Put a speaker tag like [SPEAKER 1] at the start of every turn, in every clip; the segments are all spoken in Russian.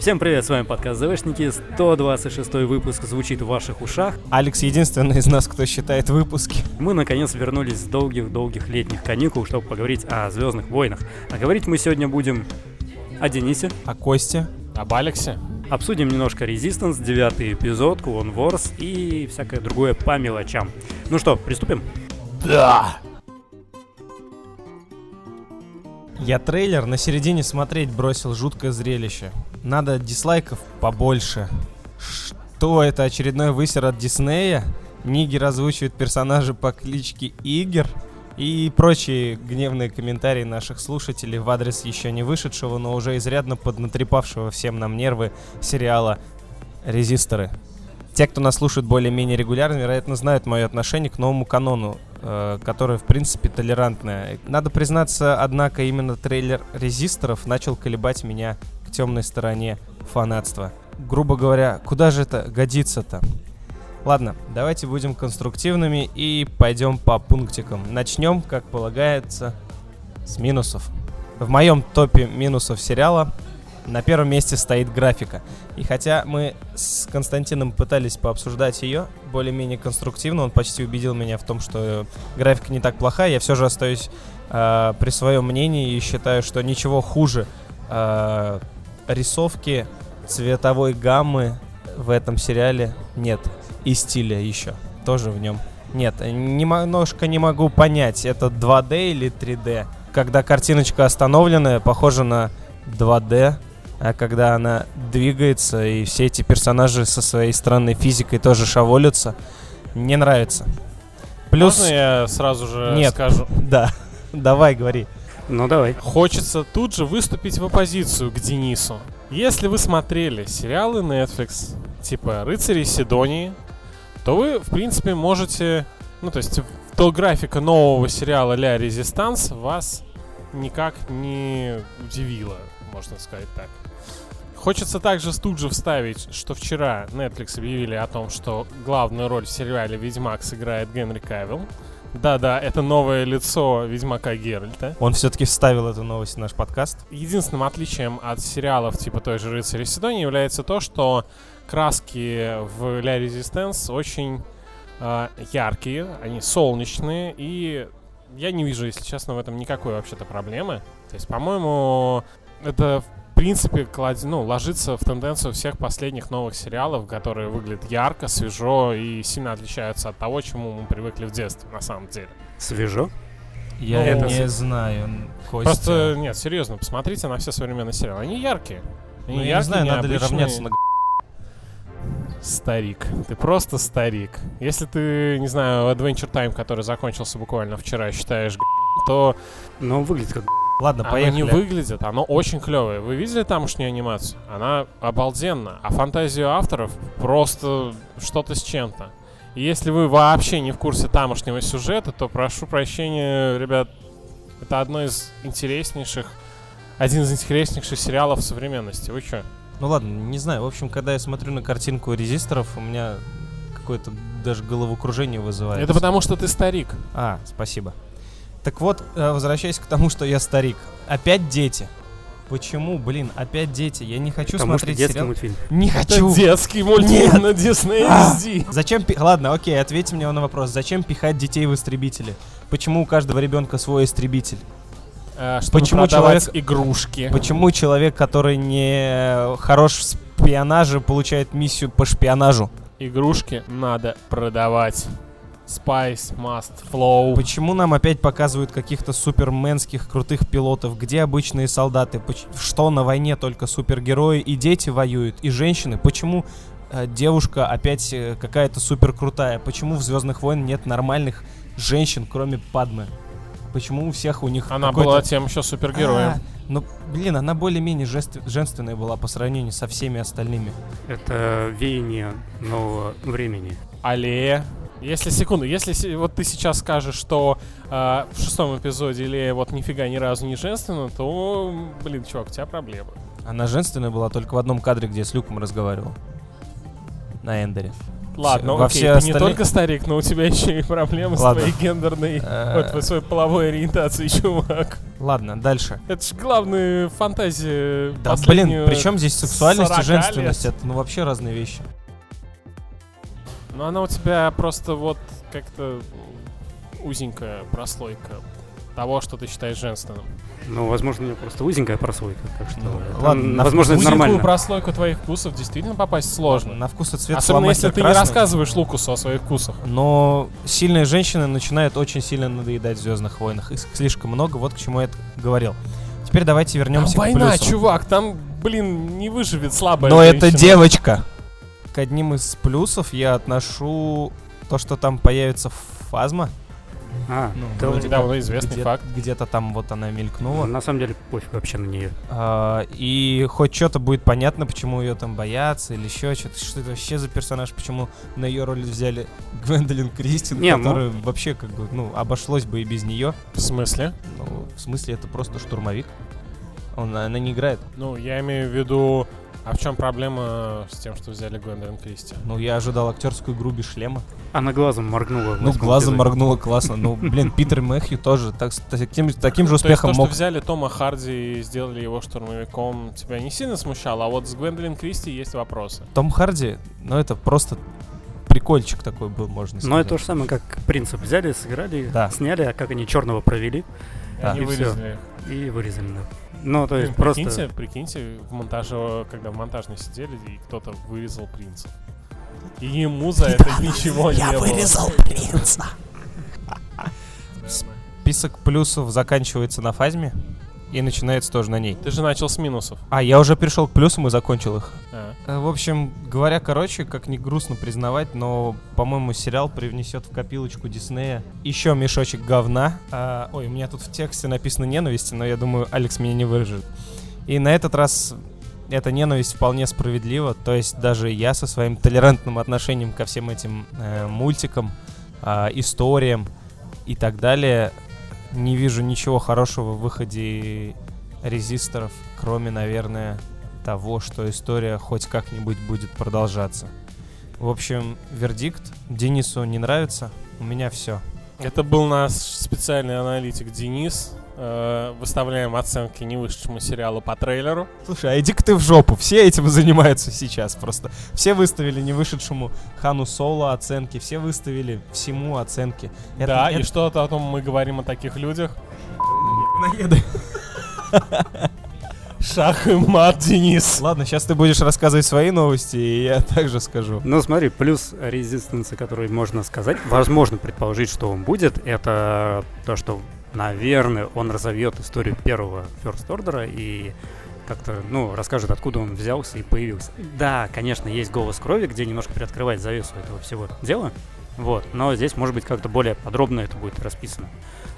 [SPEAKER 1] Всем привет, с вами подкаст «ЗВшники», 126 выпуск звучит в ваших ушах.
[SPEAKER 2] Алекс единственный из нас, кто считает выпуски.
[SPEAKER 1] Мы, наконец, вернулись с долгих-долгих летних каникул, чтобы поговорить о «Звездных войнах». А говорить мы сегодня будем о Денисе,
[SPEAKER 2] А Костя?
[SPEAKER 3] Об Алексе?
[SPEAKER 1] обсудим немножко «Резистанс», девятый эпизод, «Клон Ворс» и всякое другое по мелочам. Ну что, приступим?
[SPEAKER 2] Да! Я трейлер на середине смотреть бросил жуткое зрелище. Надо дизлайков побольше. Что это, очередной высер от Диснея? Нигер озвучивает персонажа по кличке Игер? И прочие гневные комментарии наших слушателей в адрес еще не вышедшего, но уже изрядно поднатрепавшего всем нам нервы сериала «Резисторы». Те, кто нас слушает более-менее регулярно, вероятно, знают мое отношение к новому канону, э, которое, в принципе, толерантное. Надо признаться, однако, именно трейлер «Резисторов» начал колебать меня к темной стороне фанатства. Грубо говоря, куда же это годится-то? Ладно, давайте будем конструктивными и пойдем по пунктикам. Начнем, как полагается, с минусов. В моем топе минусов сериала на первом месте стоит графика. И хотя мы с Константином пытались пообсуждать ее более-менее конструктивно, он почти убедил меня в том, что э, графика не так плохая, я все же остаюсь э, при своем мнении и считаю, что ничего хуже э, рисовки цветовой гаммы в этом сериале нет. И стиля еще тоже в нем нет. Немножко не могу понять, это 2D или 3D. Когда картиночка остановленная, похожа на 2D, а когда она двигается, и все эти персонажи со своей странной физикой тоже шаволятся, не нравится. Плюс...
[SPEAKER 3] Можно я сразу же
[SPEAKER 2] Нет.
[SPEAKER 3] скажу?
[SPEAKER 2] Да, давай, говори.
[SPEAKER 1] Ну, давай.
[SPEAKER 3] Хочется тут же выступить в оппозицию к Денису. Если вы смотрели сериалы Netflix, типа «Рыцари Сидонии», то вы, в принципе, можете... Ну, то есть, то графика нового сериала «Ля Резистанс» вас никак не удивила, можно сказать так. Хочется также тут же вставить, что вчера Netflix объявили о том, что главную роль в сериале «Ведьмак» сыграет Генри Кавилл. Да-да, это новое лицо Ведьмака Геральта.
[SPEAKER 2] Он все-таки вставил эту новость в наш подкаст.
[SPEAKER 3] Единственным отличием от сериалов типа той же «Рыцарь Сидони» является то, что краски в «Ля Резистенс» очень э, яркие, они солнечные, и я не вижу, если честно, в этом никакой вообще-то проблемы. То есть, по-моему, это в принципе кладь- ну, ложится в тенденцию всех последних новых сериалов, которые выглядят ярко, свежо и сильно отличаются от того, чему мы привыкли в детстве, на самом деле.
[SPEAKER 1] Свежо.
[SPEAKER 2] Я
[SPEAKER 3] Ну,
[SPEAKER 2] не
[SPEAKER 3] это-
[SPEAKER 2] знаю, Костя.
[SPEAKER 3] Просто, нет, серьезно, посмотрите на все современные сериалы. Они яркие. Они
[SPEAKER 2] Ну, я не
[SPEAKER 3] яркие,
[SPEAKER 2] знаю, надо ли
[SPEAKER 3] необычные.
[SPEAKER 2] равняться на... г-
[SPEAKER 3] Старик. Ты просто старик. Если ты, не знаю, Adventure Time, который закончился буквально вчера, считаешь г***, то
[SPEAKER 1] Но выглядит как...
[SPEAKER 2] Ладно,
[SPEAKER 3] оно
[SPEAKER 2] поехали.
[SPEAKER 3] не выглядит, оно очень клевое. Вы видели тамошнюю анимацию? Она обалденна. А фантазию авторов просто что-то с чем-то. И если вы вообще не в курсе тамошнего сюжета, то прошу прощения, ребят, это одно из интереснейших, один из интереснейших сериалов современности. Вы чё?
[SPEAKER 2] Ну ладно, не знаю. В общем, когда я смотрю на картинку резисторов, у меня какое-то даже головокружение вызывает.
[SPEAKER 3] Это потому, что ты старик.
[SPEAKER 2] А, спасибо. Так вот, э, возвращаясь к тому, что я старик. Опять дети. Почему, блин, опять дети? Я не хочу
[SPEAKER 1] Потому что
[SPEAKER 2] смотреть
[SPEAKER 1] детский
[SPEAKER 2] сериал.
[SPEAKER 1] мультфильм.
[SPEAKER 2] Не хочу.
[SPEAKER 3] Это детский мультик
[SPEAKER 2] А Нет.
[SPEAKER 3] на Disney
[SPEAKER 2] А.
[SPEAKER 3] XD.
[SPEAKER 2] Зачем пи- Ладно, окей, ответь мне на вопрос. Зачем пихать детей в истребители? Почему у каждого ребенка свой истребитель?
[SPEAKER 3] А, чтобы
[SPEAKER 2] Почему
[SPEAKER 3] продавать
[SPEAKER 2] человек-
[SPEAKER 3] игрушки?
[SPEAKER 2] Почему человек, который не э, хорош в спионаже, получает миссию по шпионажу?
[SPEAKER 3] Игрушки надо продавать. Spice must flow.
[SPEAKER 2] Почему нам опять показывают каких-то суперменских крутых пилотов? Где обычные солдаты? Поч- Что на войне только супергерои и дети воюют, и женщины? Почему э, девушка опять э, какая-то суперкрутая? Почему в Звездных войн нет нормальных женщин, кроме Падмы? Почему у всех у них
[SPEAKER 3] Она
[SPEAKER 2] какой-то-
[SPEAKER 3] была тем еще
[SPEAKER 2] А,
[SPEAKER 3] супергероем.
[SPEAKER 2] ну, блин, она более-менее жест- женственная была по сравнению со всеми остальными.
[SPEAKER 1] Это веяние нового времени.
[SPEAKER 3] Аллея. Если секунду, если се- вот ты сейчас скажешь, что а, в шестом эпизоде Лея вот нифига ни разу не женственна, то, м, блин, чувак, у тебя проблемы.
[SPEAKER 2] Она женственная была только в одном кадре, где я с Люком разговаривал. На Эндере.
[SPEAKER 3] Ладно,
[SPEAKER 2] Во все
[SPEAKER 3] окей, ты не
[SPEAKER 2] остальные-
[SPEAKER 3] только старик, но у тебя еще и проблемы
[SPEAKER 2] Ладно.
[SPEAKER 3] с твоей гендерной...
[SPEAKER 2] Э,
[SPEAKER 3] Вот, своей половой ориентацией, чувак.
[SPEAKER 2] Ладно, дальше.
[SPEAKER 3] Это же главная фантазия
[SPEAKER 2] Да, блин,
[SPEAKER 3] последнюю-
[SPEAKER 2] причем здесь сексуальность и
[SPEAKER 3] 40
[SPEAKER 2] женственность?
[SPEAKER 3] лет.
[SPEAKER 2] Это ну вообще разные вещи.
[SPEAKER 3] Ну, она у тебя просто вот как-то узенькая прослойка того, что ты считаешь женственным.
[SPEAKER 1] Ну, возможно, у меня просто узенькая прослойка, так что...
[SPEAKER 2] Ну,
[SPEAKER 1] там,
[SPEAKER 2] ладно, на
[SPEAKER 1] возможно, это
[SPEAKER 3] Узенькую
[SPEAKER 1] нормально.
[SPEAKER 3] прослойку твоих вкусов действительно попасть сложно.
[SPEAKER 2] На вкус и цвет
[SPEAKER 3] Особенно
[SPEAKER 2] сломать
[SPEAKER 3] если
[SPEAKER 2] как
[SPEAKER 3] ты не
[SPEAKER 2] красный.
[SPEAKER 3] рассказываешь Лукусу о своих вкусах.
[SPEAKER 2] Но сильные женщины начинают очень сильно надоедать в Звездных войнах. Их слишком много, вот к чему я это говорил. Теперь давайте
[SPEAKER 3] Там
[SPEAKER 2] вернемся к
[SPEAKER 3] война,
[SPEAKER 2] плюсам.
[SPEAKER 3] чувак, там, блин, не выживет слабая
[SPEAKER 2] Но это
[SPEAKER 3] женщина.
[SPEAKER 2] девочка. К одним из плюсов я отношу то, что там появится фазма.
[SPEAKER 1] А,
[SPEAKER 2] Ну,
[SPEAKER 1] да,
[SPEAKER 2] вроде
[SPEAKER 1] да,
[SPEAKER 3] Давно известный
[SPEAKER 2] Где-
[SPEAKER 3] факт.
[SPEAKER 2] Где-то там вот она мелькнула.
[SPEAKER 1] на самом деле пофиг вообще на нее.
[SPEAKER 2] А, и хоть что-то будет понятно, почему ее там боятся или еще что-то. Что это вообще за персонаж, почему на ее роль взяли Гвендолин Кристин,
[SPEAKER 1] Не, ну-
[SPEAKER 2] которую вообще как бы, ну, обошлось бы и без нее.
[SPEAKER 3] В смысле?
[SPEAKER 2] Ну, в смысле, это просто штурмовик. Он, она не играет.
[SPEAKER 3] Ну, я имею в виду... А в чем проблема с тем, что взяли Гвендолин Кристи?
[SPEAKER 2] Ну, я ожидал актерскую игру без шлема.
[SPEAKER 1] Она глазом моргнула. в
[SPEAKER 2] Ну,
[SPEAKER 1] восьмом
[SPEAKER 2] глазом
[SPEAKER 1] эпизоде.
[SPEAKER 2] моргнуло классно. Ну, блин, Питер Мэхью тоже так, с таким, таким же
[SPEAKER 3] Ну, То есть
[SPEAKER 2] успехом
[SPEAKER 3] то,
[SPEAKER 2] мог...
[SPEAKER 3] что взяли Тома Харди и сделали его штурмовиком, тебя не сильно смущало, а вот с Гвендолин Кристи есть вопросы.
[SPEAKER 2] Том Харди, ну, это просто прикольчик такой был, можно сказать.
[SPEAKER 1] Но это то же самое, как принцип. Взяли, сыграли,
[SPEAKER 2] Да.
[SPEAKER 1] сняли, а как они черного провели
[SPEAKER 2] Да.
[SPEAKER 3] Они
[SPEAKER 1] И всё.
[SPEAKER 3] вырезали. их.
[SPEAKER 1] и вырезали. да. Ну, то
[SPEAKER 3] Блин,
[SPEAKER 1] есть
[SPEAKER 3] прикиньте,
[SPEAKER 1] просто...
[SPEAKER 3] прикиньте, в монтаже, когда в монтажной сидели, и кто-то вырезал принца. И ему за это ничего не было.
[SPEAKER 2] принца. Список плюсов заканчивается на фазме и начинается тоже на ней.
[SPEAKER 3] Ты же начал с минусов.
[SPEAKER 2] А, я уже перешел к плюсам и закончил их.
[SPEAKER 3] А.
[SPEAKER 2] Э, В общем, говоря короче, как не грустно признавать, но, по-моему, сериал привнесет в копилочку Диснея еще мешочек говна. А, ой, у меня тут в тексте написано ненависти, но я думаю, Алекс меня не выражет. И на этот раз эта ненависть вполне справедлива, то есть даже я со своим толерантным отношением ко всем этим э, мультикам, а, историям и так далее, не вижу ничего хорошего в выходе резисторов, кроме, наверное, того, что история хоть как-нибудь будет продолжаться. В общем, вердикт Денису не нравится, у меня все.
[SPEAKER 3] Это был наш специальный аналитик Денис. Э, Выставляем оценки невышедшему сериалу по трейлеру.
[SPEAKER 2] Слушай, а иди-ка ты в жопу, все этим занимаются сейчас просто. Все выставили не вышедшему Хану Соло оценки, все выставили всему оценки. Это-
[SPEAKER 3] да, и
[SPEAKER 2] это-
[SPEAKER 3] что потом мы говорим о таких людях.
[SPEAKER 2] Наедай.
[SPEAKER 3] Шах и мат, Денис.
[SPEAKER 2] Ладно, сейчас ты будешь рассказывать свои новости, и я также скажу.
[SPEAKER 1] Ну, смотри, плюс резистенса, который можно сказать, возможно предположить, что он будет, это то, что, наверное, он разовьет историю первого First Order и как-то, ну, расскажет, откуда он взялся и появился. Да, конечно, есть «Голос крови», где немножко приоткрывает завесу этого всего дела, вот, но здесь, может быть, как-то более подробно это будет расписано.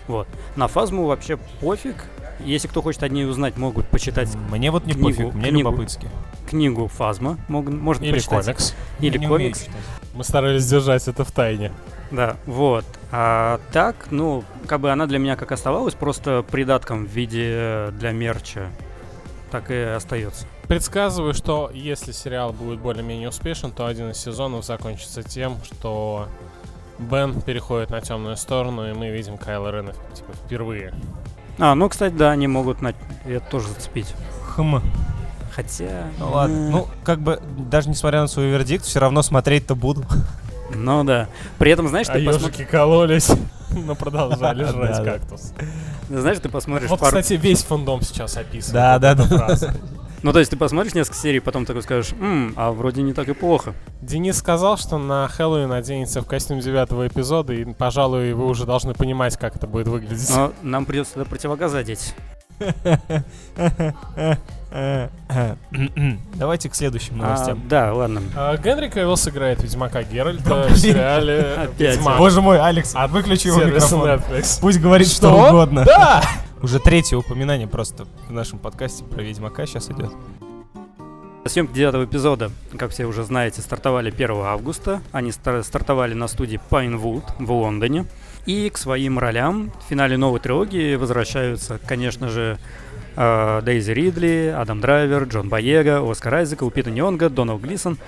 [SPEAKER 1] Вот. На фазму вообще пофиг. Если кто хочет о ней узнать, могут почитать
[SPEAKER 2] Мне вот не
[SPEAKER 1] книгу-
[SPEAKER 2] пофиг, мне
[SPEAKER 1] книгу.
[SPEAKER 2] любопытски.
[SPEAKER 1] книгу «Фазма», мог- можно
[SPEAKER 3] Или
[SPEAKER 1] почитать.
[SPEAKER 3] комикс.
[SPEAKER 1] Или
[SPEAKER 2] Я не умею
[SPEAKER 1] комикс.
[SPEAKER 2] читать.
[SPEAKER 3] Мы старались держать это в тайне.
[SPEAKER 1] Да, вот. А так, ну, как бы она для меня как оставалась просто придатком в виде э, для мерча, так и остается.
[SPEAKER 3] Предсказываю, что если сериал будет более-менее успешен, то один из сезонов закончится тем, что Бен переходит на темную сторону, и мы видим Кайла Рена типа, впервые.
[SPEAKER 1] А, ну, кстати, да, они могут на... это тоже зацепить.
[SPEAKER 2] Хм.
[SPEAKER 1] Хотя...
[SPEAKER 2] Ну ладно.
[SPEAKER 1] э,
[SPEAKER 2] Ну, как бы, даже несмотря на свой вердикт, все равно смотреть-то буду.
[SPEAKER 1] Ну да. При этом, знаешь,
[SPEAKER 3] а
[SPEAKER 1] ты, посмо-
[SPEAKER 3] ежики кололись, но продолжали жрать
[SPEAKER 2] Да-да.
[SPEAKER 3] кактус.
[SPEAKER 1] знаешь, ты посмотришь
[SPEAKER 3] Вот,
[SPEAKER 1] пару...
[SPEAKER 3] кстати, весь фандом сейчас описан.
[SPEAKER 2] Да, да, да.
[SPEAKER 1] Ну, то есть ты посмотришь несколько серий, потом такой скажешь, «М, а вроде не так и плохо.
[SPEAKER 3] Денис сказал, что на Хэллоуин оденется в костюм девятого эпизода, и, пожалуй, вы уже должны понимать, как это будет выглядеть.
[SPEAKER 1] Но нам придется тогда противогаз одеть.
[SPEAKER 2] Давайте к следующим
[SPEAKER 1] А,
[SPEAKER 2] новостям.
[SPEAKER 1] да, ладно.
[SPEAKER 3] А, Генри Кавилл сыграет Ведьмака Геральта в сериале
[SPEAKER 1] Опять
[SPEAKER 3] «Ведьмак».
[SPEAKER 2] Боже мой, Алекс, выключи его
[SPEAKER 3] Сервис
[SPEAKER 2] микрофон.
[SPEAKER 3] Netflix.
[SPEAKER 2] Пусть говорит что,
[SPEAKER 3] Что?
[SPEAKER 2] угодно.
[SPEAKER 3] Да!
[SPEAKER 2] Уже третье упоминание просто в нашем подкасте про Ведьмака сейчас идет.
[SPEAKER 1] Съемки девятого эпизода, как все уже знаете, стартовали 1 августа. Они стар- стартовали на студии Pinewood в Лондоне. И к своим ролям в финале новой трилогии возвращаются, конечно же, э, Дейзи Ридли, Адам Драйвер, Джон Боега, Оскар Айзека, Упита Нионга, Донал Глисон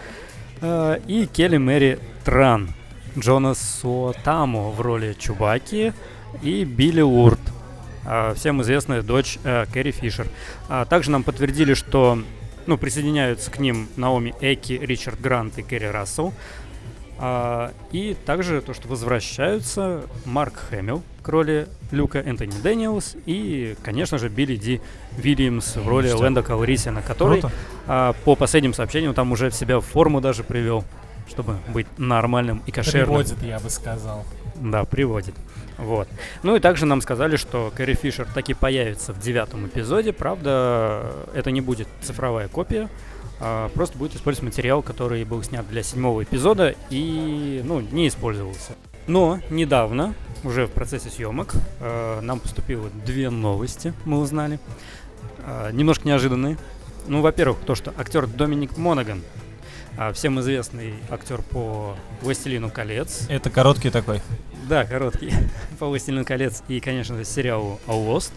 [SPEAKER 1] Э, И Келли Мэри Тран, Джона Суотамо в роли Чубаки и Билли Урт, э, всем известная дочь э, Кэрри Фишер. А Также нам подтвердили, что ну, присоединяются к ним Наоми Эки, Ричард Грант и Кэрри Рассел. А, И также то, что возвращаются Марк Хэмилл к роли Люка Энтони Дэниелс и, конечно же, Билли Ди Вильямс в роли
[SPEAKER 2] Ништяк.
[SPEAKER 1] Лэнда Калрисина, который
[SPEAKER 2] Круто.
[SPEAKER 1] а, по последним сообщениям там уже в себя в форму даже привел, чтобы быть нормальным и кошерным.
[SPEAKER 3] Приводит, я бы сказал.
[SPEAKER 1] Да, приводит. Вот. Ну и также нам сказали, что Кэрри Фишер таки появится в девятом эпизоде. Правда, это не будет цифровая копия, а просто будет использовать материал, который был снят для седьмого эпизода и, ну, не использовался. Но недавно, уже в процессе съемок, э, нам поступило две новости, мы узнали. Э, немножко неожиданные. Ну, во-первых, то, что актер Доминик Монаган, э, всем известный актер по «Властелину колец»,
[SPEAKER 2] Это короткий такой.
[SPEAKER 1] да, короткий. По «Властелину колец» и, конечно же, сериалу «Lost».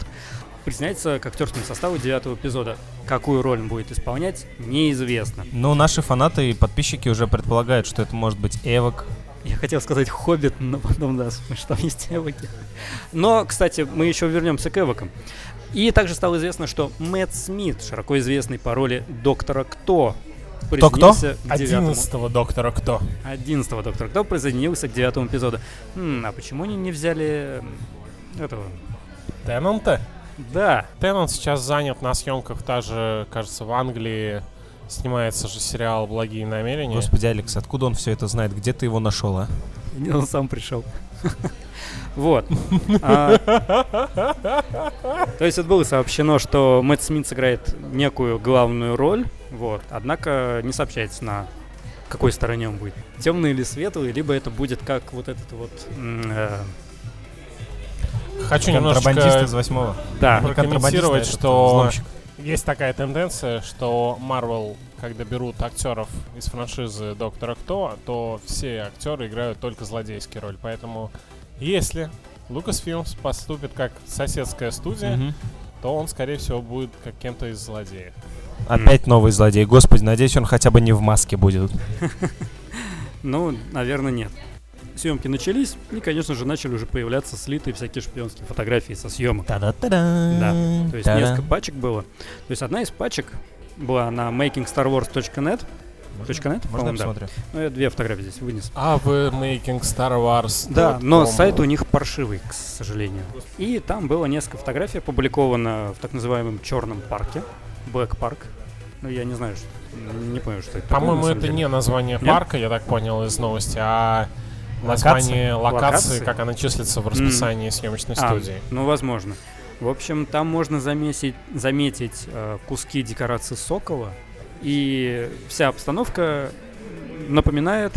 [SPEAKER 1] Присоединяется к актерскому составу девятого эпизода. Какую роль он будет исполнять, неизвестно.
[SPEAKER 2] Ну, наши фанаты и подписчики уже предполагают, что это может быть Эвок.
[SPEAKER 1] Я хотел сказать «Хоббит», но потом, да, потому что там есть эвоки. Но, кстати, мы еще вернемся к эвокам. И также стало известно, что Мэтт Смит, широко известный по роли «Доктора Кто»,
[SPEAKER 2] Кто-кто?
[SPEAKER 1] присоединился к девятому-
[SPEAKER 3] Одиннадцатого доктора кто?
[SPEAKER 1] 11 Доктора Кто присоединился к девятому эпизоду. М, а почему они не взяли м, этого?
[SPEAKER 3] Теннанта?
[SPEAKER 1] Да,
[SPEAKER 3] Теннант сейчас занят на съемках даже, кажется, в Англии. Снимается же сериал «Благие намерения».
[SPEAKER 2] Господи, Алекс, откуда он все это знает? Где ты его нашел, а?
[SPEAKER 1] Не, он сам пришел. Вот. А, То есть это было сообщено, что Мэтт Смит сыграет некую главную роль, вот. Однако не сообщается на какой стороне он будет. Темный или светлый, либо это будет как вот этот вот... м, э,
[SPEAKER 3] Хочу
[SPEAKER 2] Контрабандист
[SPEAKER 3] немножечко
[SPEAKER 2] из восьмого. Ну,
[SPEAKER 1] Да,
[SPEAKER 2] Про
[SPEAKER 3] прокомментировать,
[SPEAKER 2] контрабандиста этот,
[SPEAKER 3] что-
[SPEAKER 2] взломщик.
[SPEAKER 3] Есть такая тенденция, что Marvel, когда берут актеров из франшизы Доктора Кто, то все актеры играют только злодейские роли. Поэтому если Lucasfilms поступит как соседская студия,
[SPEAKER 2] Мгм.
[SPEAKER 3] то он, скорее всего, будет как кем-то из злодеев.
[SPEAKER 2] Опять новый злодей. Господи, надеюсь, он хотя бы не в маске будет.
[SPEAKER 1] Ну, наверное, нет. Съемки начались, и, конечно же, начали уже появляться слитые всякие шпионские фотографии со съемок.
[SPEAKER 2] Та-да-та-да.
[SPEAKER 1] Да, То есть несколько пачек было. То есть одна из пачек была на makingstarwars.net. точка нет,
[SPEAKER 2] Можно я
[SPEAKER 1] по-моему, да.
[SPEAKER 2] посмотрю?
[SPEAKER 1] Ну, я две фотографии здесь вынес.
[SPEAKER 3] А вы Making Star Wars.
[SPEAKER 1] Да, но сайт у них паршивый, к сожалению. И там было несколько фотографий опубликовано в так называемом черном парке, Black Park. Ну, я не знаю, что, не понял, что это. такое,
[SPEAKER 3] По-моему,
[SPEAKER 1] на
[SPEAKER 3] это
[SPEAKER 1] самом деле.
[SPEAKER 3] не название
[SPEAKER 1] Нет?
[SPEAKER 3] парка, я так понял из новости, а название локации,
[SPEAKER 1] Локации?
[SPEAKER 3] как она числится в расписании съемочной
[SPEAKER 1] А,
[SPEAKER 3] студии.
[SPEAKER 1] ну, возможно. В общем, там можно замесить, заметить э, куски декорации сокола, и вся обстановка напоминает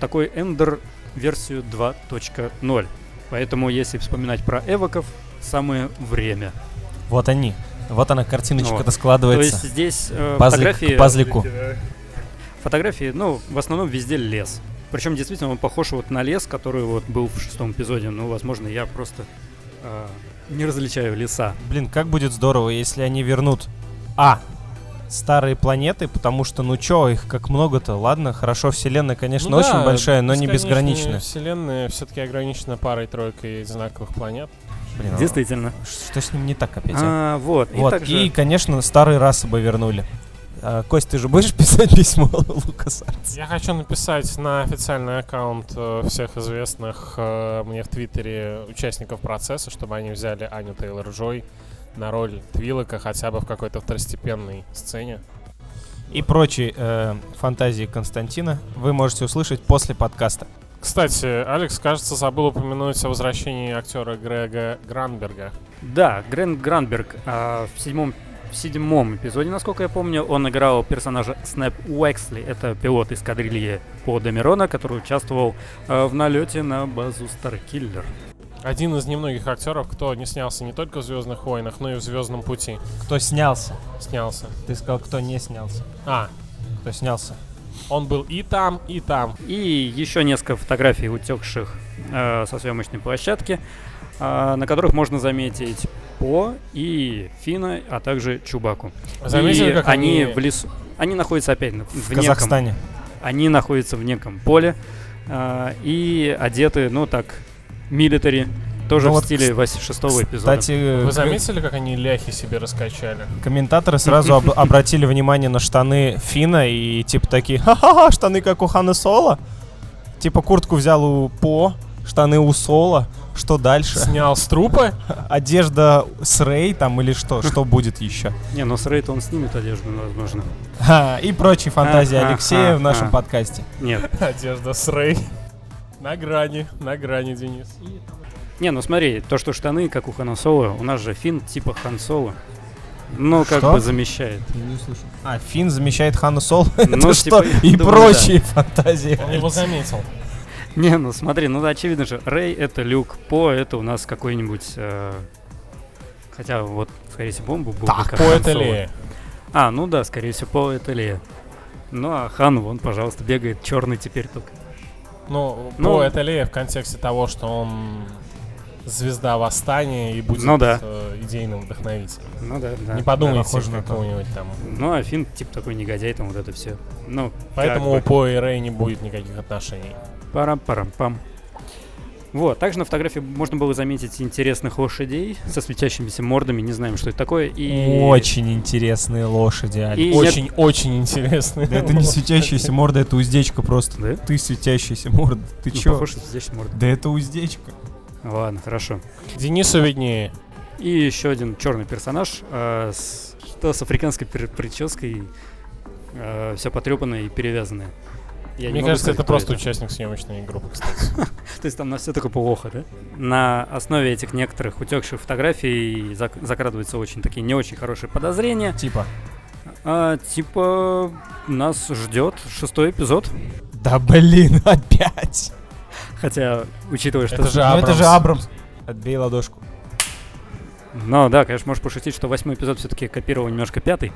[SPEAKER 1] такой Эндер версию 2.0. Поэтому, если вспоминать про эвоков, самое время.
[SPEAKER 2] Вот они. Вот она, картиночка-то
[SPEAKER 1] Вот. То есть
[SPEAKER 2] складывается.
[SPEAKER 1] здесь э,
[SPEAKER 2] Пазлик
[SPEAKER 1] фотографии,
[SPEAKER 2] к пазлику.
[SPEAKER 1] фотографии, ну, в основном везде лес. Причем действительно он похож вот на лес, который вот был в шестом эпизоде. Ну, возможно, я просто э, не различаю леса.
[SPEAKER 2] Блин, как будет здорово, если они вернут А. Старые планеты, потому что, ну чё, их как много-то, ладно? Хорошо, вселенная, конечно,
[SPEAKER 3] Ну
[SPEAKER 2] очень
[SPEAKER 3] да,
[SPEAKER 2] большая, но не
[SPEAKER 3] бесконечная
[SPEAKER 2] безграничная.
[SPEAKER 3] Вселенная все-таки ограничена парой-тройкой одинаковых планет.
[SPEAKER 2] Блин, а
[SPEAKER 1] Действительно.
[SPEAKER 2] Что с ним не так опять? а?
[SPEAKER 1] А, вот.
[SPEAKER 2] вот,
[SPEAKER 1] И также
[SPEAKER 2] и, конечно, старые расы бы вернули. А, Кость, ты же будешь писать письмо Лукаса?
[SPEAKER 3] Я хочу написать на официальный аккаунт э, всех известных э, мне в Твиттере участников процесса, чтобы они взяли Аню Тейлор-Джой на роль Твилока хотя бы в какой-то второстепенной сцене.
[SPEAKER 2] И прочие э, фантазии Константина вы можете услышать после подкаста.
[SPEAKER 3] Кстати, Алекс, кажется, забыл упомянуть о возвращении актера Грега Гранберга.
[SPEAKER 1] Да, Грен Гранберг а, в седьмом в седьмом эпизоде, насколько я помню, он играл персонажа Снэп Уэксли. Это пилот эскадрильи по Домирона, который участвовал а, в налете на базу Старкиллер.
[SPEAKER 3] Один из немногих актеров, кто не снялся не только в Звездных войнах, но и в Звездном пути
[SPEAKER 2] Кто снялся?
[SPEAKER 3] снялся.
[SPEAKER 2] Ты сказал, кто не снялся.
[SPEAKER 3] А,
[SPEAKER 2] Кто снялся?
[SPEAKER 3] он был и там, и там.
[SPEAKER 1] И еще несколько фотографий утекших э, со съемочной площадки, а, на которых можно заметить По и Фина, а также Чубаку.
[SPEAKER 3] Заметили,
[SPEAKER 1] И
[SPEAKER 3] как
[SPEAKER 1] они,
[SPEAKER 3] они,
[SPEAKER 1] в лесу. Они находятся опять в
[SPEAKER 2] В Казахстане.
[SPEAKER 1] Они находятся в неком поле а, и одеты, ну так, милитари, тоже
[SPEAKER 2] Ну
[SPEAKER 1] в
[SPEAKER 2] вот,
[SPEAKER 1] стиле
[SPEAKER 2] кс-
[SPEAKER 1] вось- шестого эпизода.
[SPEAKER 2] Кстати,
[SPEAKER 3] Вы
[SPEAKER 2] к-
[SPEAKER 3] заметили, как они ляхи себе раскачали?
[SPEAKER 2] комментаторы сразу об- обратили внимание на штаны Фина и типа такие, ха-ха-ха, штаны как у Хана Соло. Типа куртку взял у По, штаны у Соло. Что дальше?
[SPEAKER 3] Снял с трупа?
[SPEAKER 2] Одежда с Рей там или что? Что будет еще?
[SPEAKER 1] Не, но с Рейта он снимет одежду, возможно.
[SPEAKER 2] Ха, И прочие фантазии
[SPEAKER 1] Ага,
[SPEAKER 2] Алексея в нашем
[SPEAKER 1] ага.
[SPEAKER 2] подкасте.
[SPEAKER 1] Нет.
[SPEAKER 3] Одежда с Рэй. На грани, на грани, Денис.
[SPEAKER 1] Не, ну смотри, то, что штаны, как у Хана Соло, у нас же фин типа Хан Соло. Ну, как
[SPEAKER 2] Что?
[SPEAKER 1] бы замещает.
[SPEAKER 4] Я не услышал.
[SPEAKER 2] А, Финн замещает Хану Соло?
[SPEAKER 1] Ну,
[SPEAKER 2] Это что?
[SPEAKER 1] типа, я
[SPEAKER 2] И
[SPEAKER 1] думаю,
[SPEAKER 2] прочие фантазии.
[SPEAKER 3] Он его заметил.
[SPEAKER 1] Не, ну смотри, ну да, очевидно же, Рэй это Люк, По это у нас какой-нибудь... э, хотя вот, скорее всего, бомбу был бы
[SPEAKER 3] Так,
[SPEAKER 1] как
[SPEAKER 3] по
[SPEAKER 1] Хан
[SPEAKER 3] это
[SPEAKER 1] Соло.
[SPEAKER 3] ли?
[SPEAKER 1] А, ну да, скорее всего, По это Лея. Ну а Хан, вон, пожалуйста, бегает черный теперь только.
[SPEAKER 3] Ну,
[SPEAKER 1] Ну.
[SPEAKER 3] по это ли в контексте того, что он звезда восстания и будет
[SPEAKER 1] Ну да.
[SPEAKER 3] э, идейным вдохновителем.
[SPEAKER 1] Ну да, да.
[SPEAKER 3] Не подумайте
[SPEAKER 2] похоже на то.
[SPEAKER 3] какого-нибудь там.
[SPEAKER 1] Ну а Финн, типа, такой негодяй, там вот это все. Ну,
[SPEAKER 3] Поэтому у
[SPEAKER 1] как бы.
[SPEAKER 3] По и Рэй не будет никаких отношений.
[SPEAKER 1] Парам-парам-пам. Вот, также на фотографии можно было заметить интересных лошадей со светящимися мордами, не знаем, что это такое. И...
[SPEAKER 2] Очень интересные лошади, Алекс.
[SPEAKER 1] И нет-
[SPEAKER 3] Очень-очень интересный.
[SPEAKER 2] Да это не светящаяся морда, это уздечка просто.
[SPEAKER 1] Да?
[SPEAKER 2] Ты светящаяся морда, ты
[SPEAKER 1] Ну,
[SPEAKER 2] чё?
[SPEAKER 1] похож на светящие морды.
[SPEAKER 2] Да это уздечка.
[SPEAKER 1] Ладно, хорошо.
[SPEAKER 3] Денису виднее.
[SPEAKER 1] И еще один черный персонаж, э, с, что с африканской пер- прической, все потрепанное и перевязанное. Я не
[SPEAKER 3] Мне
[SPEAKER 1] могу
[SPEAKER 3] кажется,
[SPEAKER 1] сказать,
[SPEAKER 3] это
[SPEAKER 1] кто
[SPEAKER 3] просто участник съемочной группы, кстати.
[SPEAKER 1] То есть там на все такое плохо, да? На основе этих некоторых утекших фотографий зак- закрадываются очень такие не очень хорошие подозрения.
[SPEAKER 2] Типа,
[SPEAKER 1] А, типа нас ждет шестой эпизод.
[SPEAKER 2] да блин, опять.
[SPEAKER 1] Хотя, учитывая, что...
[SPEAKER 3] Это же
[SPEAKER 2] Ну это
[SPEAKER 3] Абрамс.
[SPEAKER 2] же Абрамс. Отбей ладошку.
[SPEAKER 1] Ну да, конечно, можешь пошутить, что восьмой эпизод все-таки копировал немножко пятый.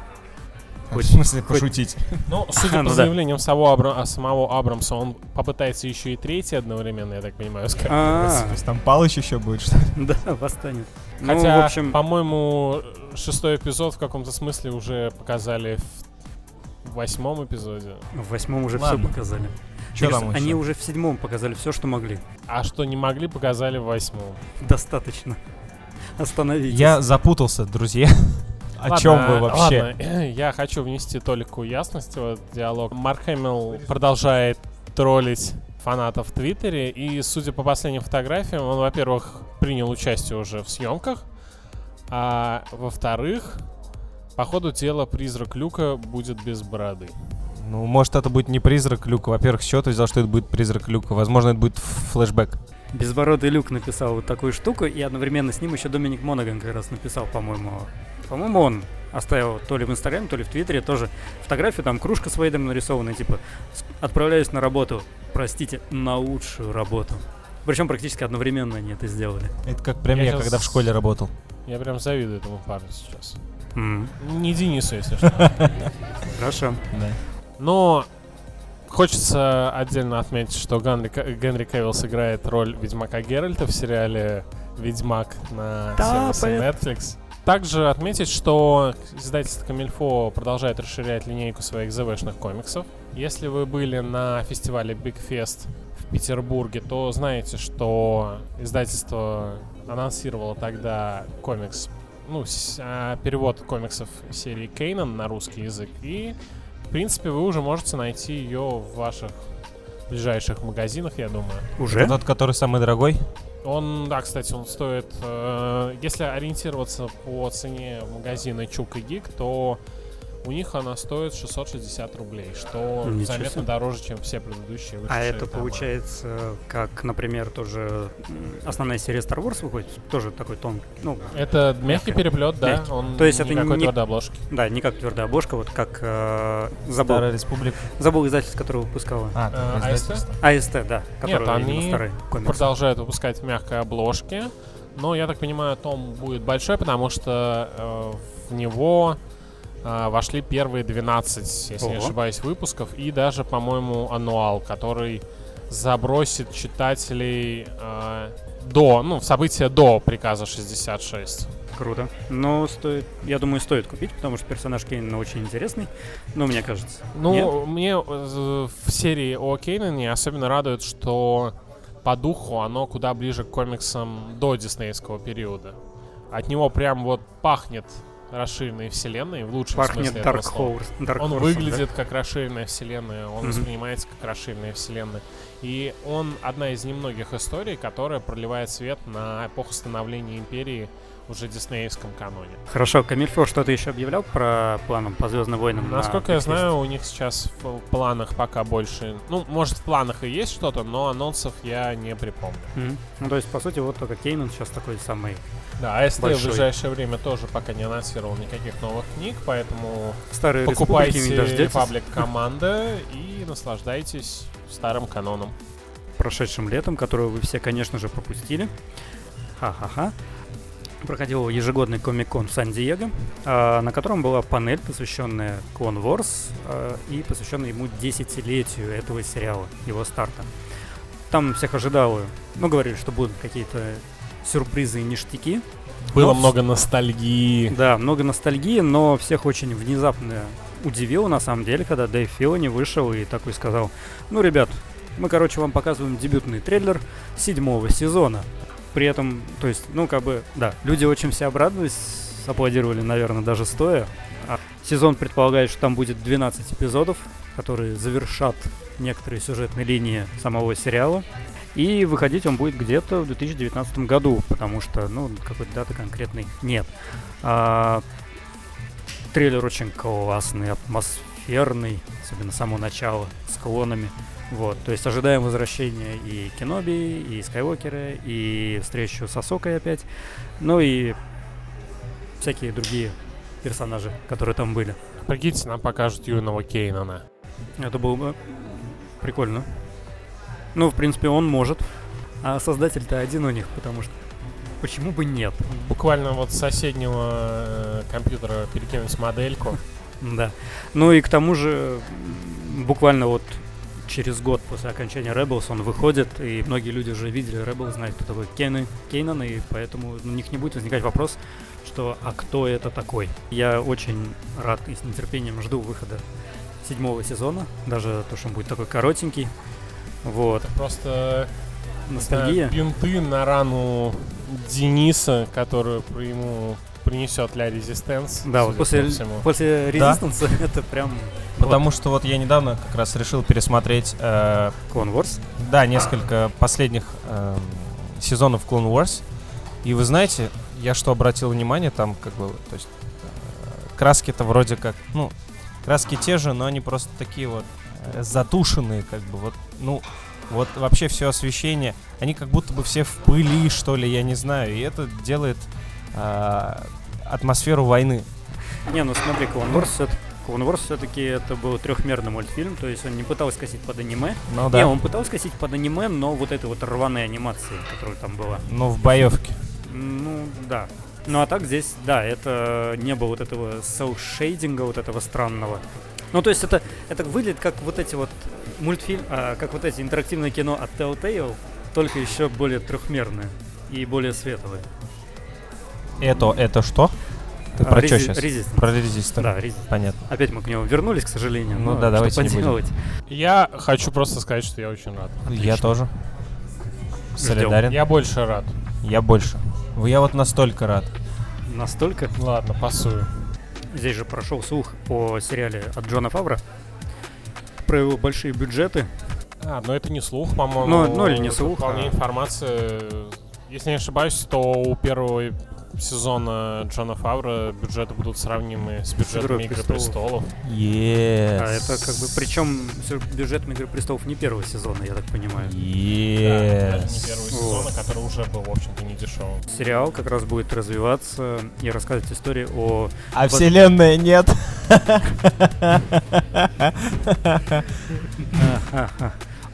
[SPEAKER 2] В смысле пошутить?
[SPEAKER 3] Ну, судя
[SPEAKER 1] Ну
[SPEAKER 3] по
[SPEAKER 1] да.
[SPEAKER 3] заявлениям самого Абра- а, самого Абрамса, он попытается еще и третий одновременно, я так понимаю, сказать.
[SPEAKER 1] А,
[SPEAKER 2] То есть там Палыч еще будет, что ли?
[SPEAKER 1] да, восстанет. Ну,
[SPEAKER 3] Хотя,
[SPEAKER 1] в общем,
[SPEAKER 3] по-моему, шестой эпизод в каком-то смысле уже показали в восьмом эпизоде.
[SPEAKER 1] в восьмом уже все
[SPEAKER 2] Ладно.
[SPEAKER 1] показали.
[SPEAKER 2] Чё
[SPEAKER 1] Мне
[SPEAKER 2] там
[SPEAKER 1] кажется, Они
[SPEAKER 2] ещё?
[SPEAKER 1] уже в седьмом показали все, что могли.
[SPEAKER 3] А что не могли, показали в восьмом.
[SPEAKER 1] Достаточно. Остановитесь.
[SPEAKER 2] Я запутался, друзья. О
[SPEAKER 3] Ладно,
[SPEAKER 2] чем вы вообще?
[SPEAKER 3] ладно, я хочу внести толику ясности в этот диалог. Марк Хэмилл продолжает троллить фанатов в Твиттере, и, судя по последним фотографиям, он, во-первых, принял участие уже в съемках, а во-вторых, по ходу дела призрак Люка будет без бороды.
[SPEAKER 2] Ну, может, это будет не призрак Люка. Во-первых, с чего ты взял, что это будет призрак Люка? Возможно, это будет флешбэк.
[SPEAKER 1] Безбородый Люк написал вот такую штуку, и одновременно с ним еще Доминик Монаган как раз написал, по-моему. По-моему, он оставил то ли в Инстаграме, то ли в Твиттере тоже фотографию, там кружка с Вейдом нарисована, типа «С- «Отправляюсь на работу, простите, на лучшую работу». Причем практически одновременно они это сделали.
[SPEAKER 2] Это как прям я,
[SPEAKER 3] щас-
[SPEAKER 2] когда в школе работал.
[SPEAKER 3] Я прям завидую этому парню сейчас.
[SPEAKER 1] М,
[SPEAKER 3] Не Денису, если что.
[SPEAKER 1] Хорошо.
[SPEAKER 3] Но хочется отдельно отметить, что Генри, Ка- Генри Кевилл сыграет роль Ведьмака Геральта в сериале «Ведьмак» на
[SPEAKER 1] Да,
[SPEAKER 3] сервисе Netflix. Также отметить, что издательство Камильфо продолжает расширять линейку своих ЗВшных комиксов. Если вы были на фестивале Big Fest в Петербурге, то знаете, что издательство анонсировало тогда комикс, ну, с- а, перевод комиксов серии Кейнан на русский язык. И, в принципе, вы уже можете найти ее в ваших ближайших магазинах, я думаю.
[SPEAKER 1] Уже?
[SPEAKER 2] Это Тот, который самый дорогой?
[SPEAKER 3] Он, да, кстати, он стоит... э, если ориентироваться по цене магазина Чук и Гик, то у них она стоит 660 рублей, что
[SPEAKER 1] Ничего
[SPEAKER 3] заметно
[SPEAKER 1] себе.
[SPEAKER 3] дороже, чем все предыдущие
[SPEAKER 1] А
[SPEAKER 3] вышедшие
[SPEAKER 1] это
[SPEAKER 3] тома.
[SPEAKER 1] получается, как, например, тоже м, основная серия Star Wars выходит, тоже такой тон, ну,
[SPEAKER 3] Это мягкий
[SPEAKER 1] Мягкий.
[SPEAKER 3] переплет, да.
[SPEAKER 1] Мягкий.
[SPEAKER 3] Он
[SPEAKER 1] То есть это
[SPEAKER 3] никакой
[SPEAKER 1] не-
[SPEAKER 3] твердой обложки.
[SPEAKER 1] да, не как твердая обложка, вот как э, забыл,
[SPEAKER 2] Старая республика.
[SPEAKER 1] забыл издательство, которое выпускало.
[SPEAKER 2] А,
[SPEAKER 3] Э,
[SPEAKER 2] там
[SPEAKER 3] АСТ?
[SPEAKER 2] издательство.
[SPEAKER 1] АСТ, да, который
[SPEAKER 3] они
[SPEAKER 1] именно старый комикс.
[SPEAKER 3] Продолжают выпускать в мягкой обложке. Но я так понимаю, том будет большой, потому что э, в него э, вошли первые 12, если не
[SPEAKER 1] Ого.
[SPEAKER 3] ошибаюсь, выпусков. И даже, по-моему, ануал, который забросит читателей э, до, ну, в события до приказа 66.
[SPEAKER 1] Круто. Но стоит, я думаю, стоит купить, потому что персонаж Кейнина очень интересный. Ну, мне кажется. Нет?
[SPEAKER 3] Ну, мне э, в серии о Кейнане особенно радует, что по духу оно куда ближе к комиксам до диснеевского периода. От него прям вот пахнет расширенной вселенной в лучшем
[SPEAKER 1] пахнет
[SPEAKER 3] смысле этого
[SPEAKER 1] Dark
[SPEAKER 3] слова.
[SPEAKER 1] Horse. Dark
[SPEAKER 3] Он
[SPEAKER 1] Horse,
[SPEAKER 3] выглядит как расширенная вселенная, он
[SPEAKER 1] Мгм.
[SPEAKER 3] воспринимается как расширенная вселенная. И он одна из немногих историй, которая проливает свет на эпоху становления империи уже диснеевском каноне.
[SPEAKER 1] да? Хорошо, Камильфо что-то еще объявлял про планом по Звездным войнам?
[SPEAKER 3] Насколько я знаю, у них сейчас в планах пока больше... Ну, может, в планах и есть что-то, но анонсов я не припомню.
[SPEAKER 1] Ну, то есть, по сути, вот только Кейнан сейчас такой самый.
[SPEAKER 3] Да, а СТ в
[SPEAKER 1] Большой.
[SPEAKER 3] ближайшее время тоже пока не анонсировал никаких новых книг, поэтому
[SPEAKER 1] Старые республики не
[SPEAKER 3] покупайте
[SPEAKER 1] дождетесь.
[SPEAKER 3] паблик команда и наслаждайтесь старым каноном.
[SPEAKER 1] прошедшим летом, которую вы все, конечно же, пропустили. Ха-ха-ха. Проходил ежегодный комик-кон в Сан-Диего, а, на котором была панель, посвященная Clone Wars а, и посвященная ему десятилетию этого сериала, его старта. Там всех ожидало, ну, говорили, что будут какие-то сюрпризы и ништяки.
[SPEAKER 3] Было
[SPEAKER 1] Ну,
[SPEAKER 3] много ностальгии.
[SPEAKER 1] Да, много ностальгии, но всех очень внезапно удивило, на самом деле, когда Дэйв Филони вышел и такой сказал, ну, ребят, мы, короче, вам показываем дебютный трейлер седьмого сезона. При этом, то есть, ну, как бы, да, люди очень все обрадовались, аплодировали, наверное, даже стоя. А сезон предполагает, что там будет 12 эпизодов, которые завершат некоторые сюжетные линии самого сериала. И выходить он будет где-то в 2019 году, потому что, ну, какой-то даты конкретной нет. А, трейлер очень классный, атмосферный, особенно само начало с клонами. Вот, то есть ожидаем возвращения и Кеноби, и Скайуокера, и встречу с Асокой опять, ну и всякие другие персонажи, которые там были.
[SPEAKER 3] Прикиньте, нам покажут юного Кейнана.
[SPEAKER 1] Это было бы прикольно. Ну, в принципе, он может. А создатель-то один у них, потому что почему бы нет?
[SPEAKER 3] Буквально вот с соседнего э, компьютера перекинуть модельку.
[SPEAKER 1] Да. Ну и к тому же, м, буквально вот через год после окончания Rebels он выходит, и многие люди уже видели Rebels, знают, кто такой Кейны, Кейнан, и поэтому у них не будет возникать вопрос, что «а кто это такой?». Я очень рад и с нетерпением жду выхода седьмого сезона, даже то, что он будет такой коротенький. Вот.
[SPEAKER 3] Это просто
[SPEAKER 1] Ностальгия.
[SPEAKER 3] Это бинты на рану Дениса, которую при- ему принесет Ля Резистенс.
[SPEAKER 1] Да, вот
[SPEAKER 3] судя
[SPEAKER 1] после,
[SPEAKER 3] по всему.
[SPEAKER 1] после
[SPEAKER 2] Да.
[SPEAKER 1] Resistance это прям
[SPEAKER 2] Потому что вот я недавно как раз решил пересмотреть э,
[SPEAKER 1] Clone Wars.
[SPEAKER 2] Да, несколько последних эм, сезонов Clone Wars. И вы знаете, я что обратил внимание, там как бы, то есть э, краски-то вроде как, ну, краски те же, но они просто такие вот э, затушенные, как бы, вот, ну, вот вообще все освещение, они как будто бы все в пыли, что ли, я не знаю, и это делает э, атмосферу войны.
[SPEAKER 1] Не, ну смотри, Clone Wars, это- Clone Wars все-таки это был трехмерный мультфильм, то есть он не пытался косить под аниме.
[SPEAKER 2] Ну да,
[SPEAKER 1] Не, он пытался косить под аниме, но вот этой вот рваной анимации, которая там была.
[SPEAKER 2] но в боевке.
[SPEAKER 1] Ну, да. Ну а так здесь, да, это не было вот этого селл-шейдинга, вот этого странного. Ну, то есть это, это выглядит как вот эти вот мультфильм, а, как вот эти интерактивное кино от Telltale, только еще более трехмерное и более светлое.
[SPEAKER 2] Это, это что? Ты
[SPEAKER 1] А,
[SPEAKER 2] про что
[SPEAKER 1] Resi-
[SPEAKER 2] сейчас?
[SPEAKER 1] Resistance.
[SPEAKER 2] Про резистор.
[SPEAKER 1] Да, Resistance.
[SPEAKER 2] Понятно.
[SPEAKER 1] Опять мы к нему вернулись, к сожалению.
[SPEAKER 2] Ну
[SPEAKER 1] но
[SPEAKER 2] да,
[SPEAKER 1] что
[SPEAKER 2] давайте не будем.
[SPEAKER 1] поделать?
[SPEAKER 3] Я хочу просто сказать, что я очень рад.
[SPEAKER 2] Я тоже. Солидарен.
[SPEAKER 3] Я больше рад.
[SPEAKER 2] Я больше. В- Я вот настолько рад.
[SPEAKER 1] Настолько.
[SPEAKER 3] Ну Ладно, пасую.
[SPEAKER 1] Здесь же прошел слух о сериале от Джона Фавра про его большие бюджеты.
[SPEAKER 3] А, но это не слух, по-моему.
[SPEAKER 1] Ну, ну или не
[SPEAKER 3] Тут
[SPEAKER 1] слух,
[SPEAKER 3] Вполне
[SPEAKER 1] а.
[SPEAKER 3] информация. Если не ошибаюсь, то у первого и- сезона Джона Фавра бюджеты будут сравнимы с бюджетами
[SPEAKER 1] «Игрой
[SPEAKER 3] Игры
[SPEAKER 1] престолов».
[SPEAKER 3] престолов.
[SPEAKER 2] Yes.
[SPEAKER 1] А это как бы причем сю- бюджетом Игры престолов не первого сезона, я так понимаю.
[SPEAKER 3] Да, даже
[SPEAKER 2] Yes.
[SPEAKER 3] не первого сезона, который уже был, в общем-то, не дешевым.
[SPEAKER 1] Сериал как раз будет развиваться и рассказывать истории о
[SPEAKER 2] А
[SPEAKER 1] Вот.
[SPEAKER 2] вселенная нет.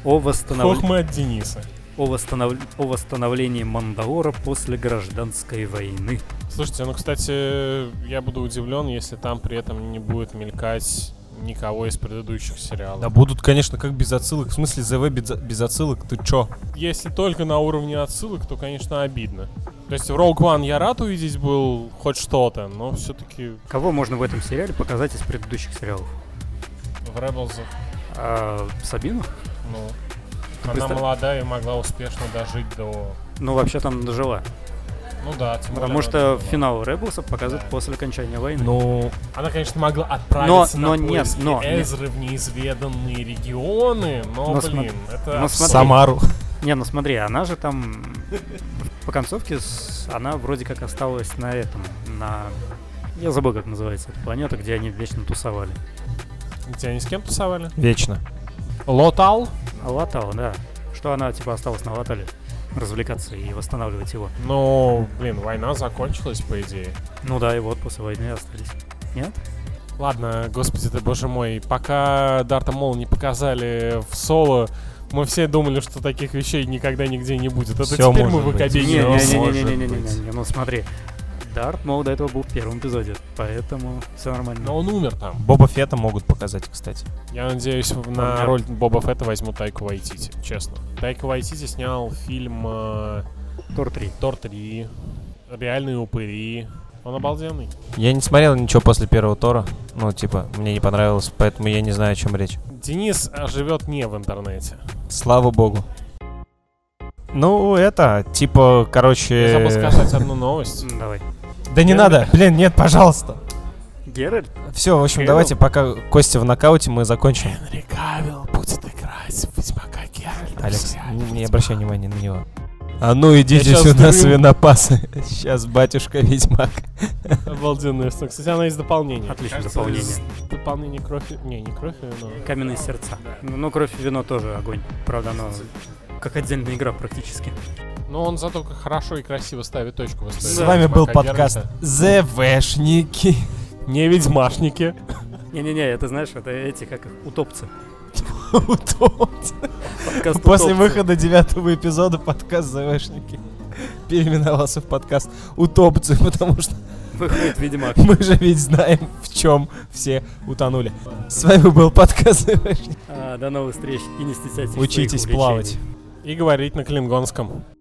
[SPEAKER 1] о, восстанов...
[SPEAKER 3] мы от Дениса.
[SPEAKER 1] о, восстанов... о восстановлении Мандалора после гражданской войны.
[SPEAKER 3] Слушайте, ну, кстати, я буду удивлен, если там при этом не будет мелькать никого из предыдущих сериалов.
[SPEAKER 2] Да будут, конечно, как без отсылок. В смысле, ЗВ без, без отсылок? Ты чё?
[SPEAKER 3] Если только на уровне отсылок, то, конечно, обидно. То есть в Rogue One я рад увидеть был хоть что-то, но все-таки
[SPEAKER 1] Кого можно в этом сериале показать из предыдущих сериалов?
[SPEAKER 3] в Rebels,
[SPEAKER 1] А, Сабину?
[SPEAKER 3] ну,
[SPEAKER 1] Ты
[SPEAKER 3] она
[SPEAKER 1] представ-
[SPEAKER 3] молодая и могла успешно дожить до...
[SPEAKER 1] Ну, вообще там дожила.
[SPEAKER 3] Ну да, тем более
[SPEAKER 1] Потому
[SPEAKER 3] она
[SPEAKER 1] что
[SPEAKER 3] дожила.
[SPEAKER 1] финал Rebels показывают
[SPEAKER 3] Да.
[SPEAKER 1] после окончания войны.
[SPEAKER 2] Ну,
[SPEAKER 3] Она, конечно, могла отправиться
[SPEAKER 1] Но-
[SPEAKER 3] на
[SPEAKER 1] но нет,
[SPEAKER 3] поиски
[SPEAKER 1] но- нет.
[SPEAKER 3] Эзры в неизведанные регионы, но,
[SPEAKER 1] Но
[SPEAKER 3] блин, это...
[SPEAKER 1] но
[SPEAKER 3] абсурд.
[SPEAKER 1] смотри.
[SPEAKER 2] Самару.
[SPEAKER 1] Не, ну смотри, она же там по концовке с- она вроде как осталась на этом, на... Я забыл, как называется эта планета, где они вечно тусовали.
[SPEAKER 3] Тебя ни с кем тусовали?
[SPEAKER 2] Вечно.
[SPEAKER 3] Лотал?
[SPEAKER 1] Алатала, да. Что она типа осталась на Алатале развлекаться и восстанавливать его.
[SPEAKER 3] Ну, блин, война закончилась, по идее.
[SPEAKER 1] Ну да, и вот после войны остались. Нет?
[SPEAKER 3] Ладно, господи ты, боже мой, пока Дарта Мол не показали в соло, мы все думали, что таких вещей никогда нигде не будет. Это
[SPEAKER 2] Всё
[SPEAKER 3] теперь мы
[SPEAKER 2] может
[SPEAKER 3] в
[SPEAKER 2] быть.
[SPEAKER 3] Академии
[SPEAKER 2] Не, не,
[SPEAKER 3] не,
[SPEAKER 2] не, не,
[SPEAKER 3] сможем.
[SPEAKER 1] Не-не-не-не-не-не, ну смотри. Дарт, мол, до этого был в первом эпизоде, поэтому все нормально.
[SPEAKER 3] Но он умер там.
[SPEAKER 2] Боба Фета могут показать, кстати.
[SPEAKER 3] Я надеюсь, в- на
[SPEAKER 1] Умер.
[SPEAKER 3] роль Боба Фетта возьму Тайку Вайтити, честно. Тайка Вайтити снял фильм э,
[SPEAKER 2] Ну,
[SPEAKER 1] Тор 3.
[SPEAKER 3] Тор 3, Реальные упыри. Он обалденный.
[SPEAKER 2] Я не смотрел ничего после первого Тора. Ну, типа, мне не понравилось, поэтому я не знаю, о чем речь.
[SPEAKER 3] Денис а, живет не в интернете.
[SPEAKER 2] Слава богу. Ну, это, типа,
[SPEAKER 3] Я забыл
[SPEAKER 2] короче...
[SPEAKER 3] сказать одну новость.
[SPEAKER 1] М, Давай.
[SPEAKER 2] Да не
[SPEAKER 3] Я-
[SPEAKER 2] надо, блин, нет, пожалуйста.
[SPEAKER 1] Геральт?
[SPEAKER 2] Все, в общем,
[SPEAKER 1] Кирилл.
[SPEAKER 2] давайте, пока Костя в нокауте, мы закончим.
[SPEAKER 3] Генри Кавилл будет играть в Ведьмака Геральта.
[SPEAKER 2] Алекс, не не обращай внимания на него. А ну идите
[SPEAKER 3] Я щас
[SPEAKER 2] сюда,
[SPEAKER 3] дым.
[SPEAKER 2] свинопасы. Сейчас батюшка ведьмак. ну,
[SPEAKER 3] Обалденная история. Кстати, она из дополнения.
[SPEAKER 1] Отличное
[SPEAKER 3] Кажется,
[SPEAKER 1] дополнение.
[SPEAKER 3] из Дополнение кровь... Не, не кровь, но...
[SPEAKER 1] Каменные сердца. Ну, ну, кровь и вино тоже огонь. Правда, оно как отдельная игра практически.
[SPEAKER 3] Но он зато как хорошо и красиво ставит точку в истории.
[SPEAKER 2] С вами был
[SPEAKER 3] Ведьмака
[SPEAKER 2] подкаст
[SPEAKER 3] Геральта.
[SPEAKER 2] ЗВшники.
[SPEAKER 3] Не ведьмашники.
[SPEAKER 1] Не-не-не, это знаешь, это эти как их, утопцы.
[SPEAKER 2] Утопцы.
[SPEAKER 1] Подкаст
[SPEAKER 2] После
[SPEAKER 1] «Утопцы».
[SPEAKER 2] выхода девятого эпизода подкаст ЗВшники переименовался в подкаст Утопцы, потому что
[SPEAKER 1] выходит Ведьмак.
[SPEAKER 2] мы же ведь знаем, в чем все утонули. С вами был подкаст ЗВшники.
[SPEAKER 1] А, до новых встреч и не стесняйтесь. своих
[SPEAKER 2] Учитесь плавать.
[SPEAKER 1] увлечений.
[SPEAKER 3] И говорить на клингонском.